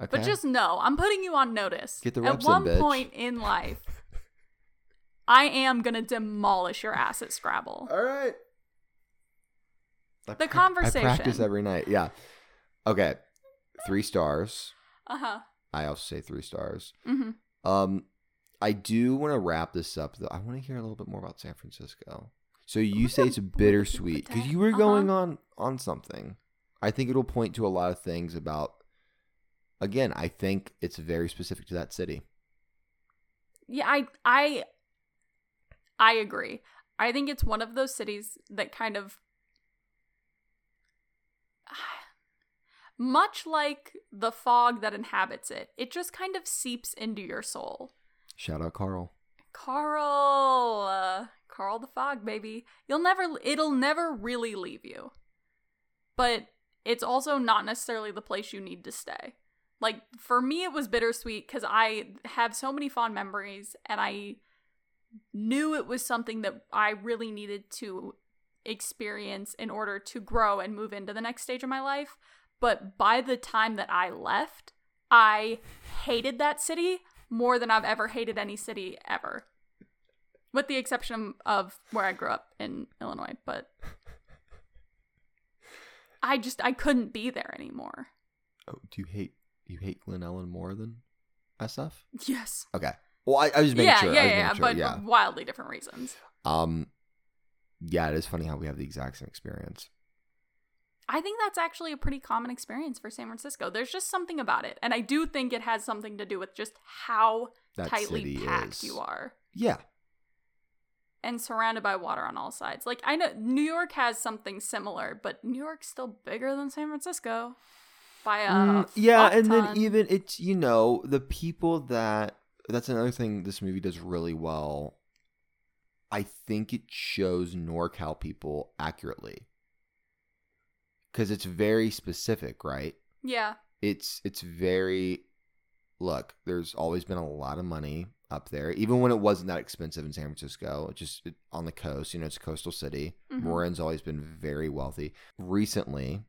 Speaker 1: Okay.
Speaker 2: But just know, I'm putting you on notice.
Speaker 1: Get the
Speaker 2: at
Speaker 1: reps in,
Speaker 2: one
Speaker 1: bitch.
Speaker 2: point in life,
Speaker 1: [laughs]
Speaker 2: I am going to demolish your ass at Scrabble.
Speaker 1: all right. I
Speaker 2: The
Speaker 1: prac- I practice
Speaker 2: conversation.
Speaker 1: every night. Yeah. Okay. Three stars.
Speaker 2: Uh-huh.
Speaker 1: I also say three stars.
Speaker 2: Mhm.
Speaker 1: Um, I do want to wrap this up though. I want to hear a little bit more about San Francisco. So you
Speaker 2: What
Speaker 1: say
Speaker 2: the-
Speaker 1: it's
Speaker 2: what the-
Speaker 1: bittersweet
Speaker 2: what the-
Speaker 1: because you were going on on something. I think it'll point to a lot of things about. Again, I think it's very specific to that city.
Speaker 2: Yeah, I I I agree. I think it's one of those cities that kind of [sighs] much like the fog that inhabits it, it just kind of seeps into your soul.
Speaker 1: Shout out Carl.
Speaker 2: Carl, uh, Carl the fog baby. You'll never it'll never really leave you. But it's also not necessarily the place you need to stay. Like for me it was bittersweet cuz I have so many fond memories and I knew it was something that I really needed to experience in order to grow and move into the next stage of my life. But by the time that I left, I hated that city more than I've ever hated any city ever. With the exception of where I grew up in Illinois, but I just I couldn't be there anymore.
Speaker 1: Oh, do you hate you hate Glen Ellen more than SF?
Speaker 2: Yes.
Speaker 1: Okay. Well, I, I was making
Speaker 2: yeah,
Speaker 1: sure. I
Speaker 2: yeah,
Speaker 1: was
Speaker 2: yeah,
Speaker 1: making
Speaker 2: yeah,
Speaker 1: sure,
Speaker 2: but for wildly different reasons.
Speaker 1: Um, yeah, it is funny how we have the exact same experience.
Speaker 2: I think that's actually a pretty common experience for San Francisco. There's just something about it. And I do think it has something to do with just how
Speaker 1: That
Speaker 2: tightly
Speaker 1: city
Speaker 2: packed
Speaker 1: is.
Speaker 2: you are
Speaker 1: Yeah.
Speaker 2: and surrounded by water on all sides. Like I know New York has something similar, but New York's still bigger than San Francisco by a
Speaker 1: Mm, yeah,
Speaker 2: fuck
Speaker 1: and
Speaker 2: ton.
Speaker 1: then even it's you know the people that that's another thing this movie does really well. I think it shows NorCal people accurately because it's very specific, right?
Speaker 2: yeah,
Speaker 1: It's it's very look. There's always been a lot of money up there, even when it wasn't that expensive in San Francisco. It's just on the coast, you know, it's a coastal city.
Speaker 2: Mhm.
Speaker 1: Marin's always been very wealthy. Recently,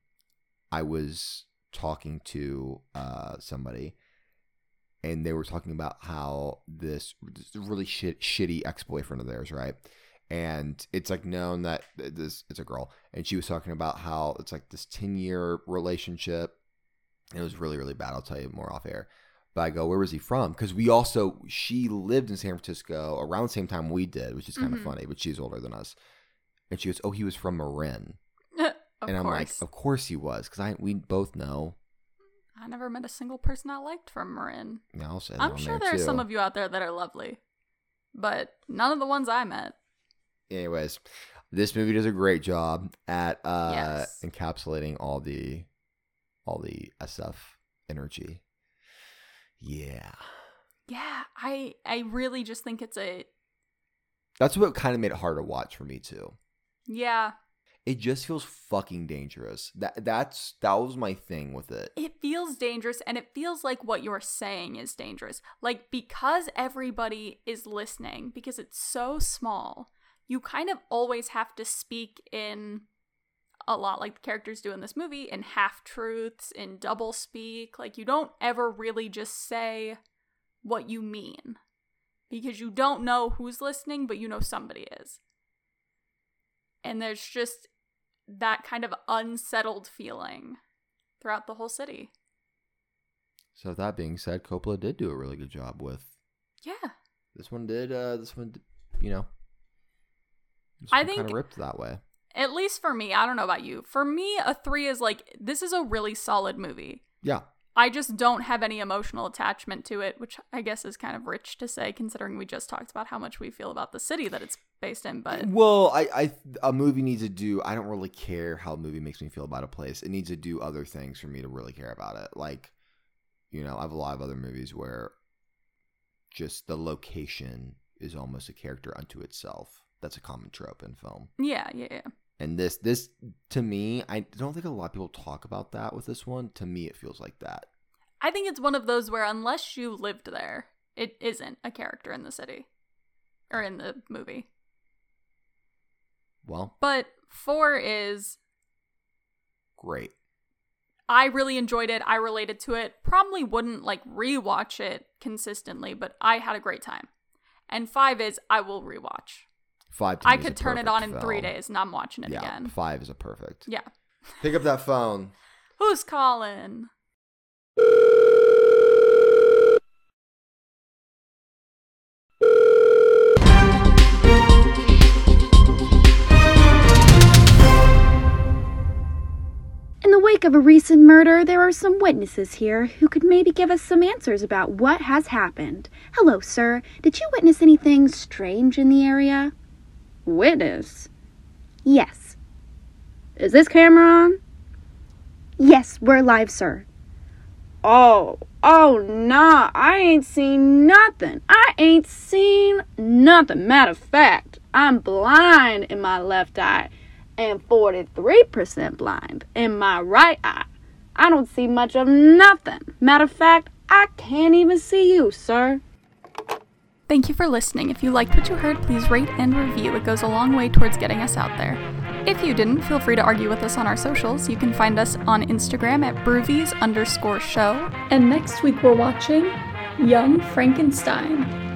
Speaker 1: I was talking to uh, somebody, and they were talking about how this, this really shit, shitty ex boyfriend of theirs, right? And it's like known that this it's a girl, and she was talking about how it's like this ten year relationship. and It was really really bad. I'll tell you more off air. But I go, where was he from? Because we also she lived in San Francisco around the same time we did, which is kind
Speaker 2: Mhm.
Speaker 1: of funny. But she's older than us. And she goes, "Oh, he was from Marin."
Speaker 2: of
Speaker 1: and I'm
Speaker 2: course.
Speaker 1: like, oh. "Of course he was, because I we both know."
Speaker 2: I never met a single person I liked from Marin.
Speaker 1: And I also had it
Speaker 2: I'm
Speaker 1: on
Speaker 2: sure
Speaker 1: there
Speaker 2: there are
Speaker 1: too.
Speaker 2: some of you out there that are lovely, but none of the ones I met.
Speaker 1: Anyways, this movie does a great job at uh,
Speaker 2: Yes.
Speaker 1: encapsulating all the all the SF energy. Yeah,
Speaker 2: Yeah, I I really just think it's a
Speaker 1: that's what kind of made it hard to watch for me too.
Speaker 2: yeah.
Speaker 1: It just feels fucking dangerous. That that's that was my thing with it.
Speaker 2: It feels dangerous and it feels like what you're saying is dangerous. Like because everybody is listening because it's so small, you kind of always have to speak in a lot like the characters do in this movie in half truths, in double speak. Like you don't ever really just say what you mean because you don't know who's listening, but you know somebody is. And there's just that kind of unsettled feeling throughout the whole city.
Speaker 1: So that being said, Coppola did do a really good job with
Speaker 2: Yeah.
Speaker 1: this one. Did uh, this one? d- You know, this
Speaker 2: I
Speaker 1: one kind
Speaker 2: think-
Speaker 1: of ripped that way.
Speaker 2: At least for me, I don't know about you. For me, a 3 is like this is a really solid movie.
Speaker 1: Yeah,
Speaker 2: I just don't have any emotional attachment to it, which I guess is kind of rich to say considering we just talked about how much we feel about the city that it's based in, but
Speaker 1: well, I, I a movie needs to do. I don't really care how a movie makes me feel about a place. It needs to do other things for me to really care about it. Like, you know, I have a lot of other movies where just the location is almost a character unto itself. That's a common trope in film.
Speaker 2: yeah, yeah, yeah.
Speaker 1: And this, this to me, I don't think a lot of people talk about that with this one. To me, it feels like that.
Speaker 2: I think it's one of those where unless you lived there, it isn't a character in the city or in the movie.
Speaker 1: Well,
Speaker 2: But 4 is
Speaker 1: great.
Speaker 2: I really enjoyed it. I related to it. Probably wouldn't like rewatch it consistently, but I had a great time. And five is I will rewatch.
Speaker 1: Five. to
Speaker 2: I
Speaker 1: me is a
Speaker 2: could turn it
Speaker 1: perfect
Speaker 2: on in three
Speaker 1: film.
Speaker 2: days and I'm watching it
Speaker 1: Yeah,
Speaker 2: again.
Speaker 1: five is a perfect.
Speaker 2: Yeah.
Speaker 1: Pick up that phone.
Speaker 2: Who's calling?
Speaker 3: In the wake of a recent murder, there are some witnesses here who could maybe give us some answers about what has happened. Hello, sir. Did you witness anything strange in the area? Witness? Yes. Is this camera on? Yes, we're live, sir. Oh, oh, nah, I ain't seen nothing. I ain't seen nothing. Matter of fact, I'm blind in my left eye and 43% blind in my right eye. I don't see much of nothing. Matter of fact, I can't even see you, sir.
Speaker 2: Thank you for listening. If you liked what you heard, please rate and review. It goes a long way towards getting us out there. If you didn't, feel free to argue with us on our socials. You can find us on Instagram at brewies underscore show. And next week we're watching Young Frankenstein.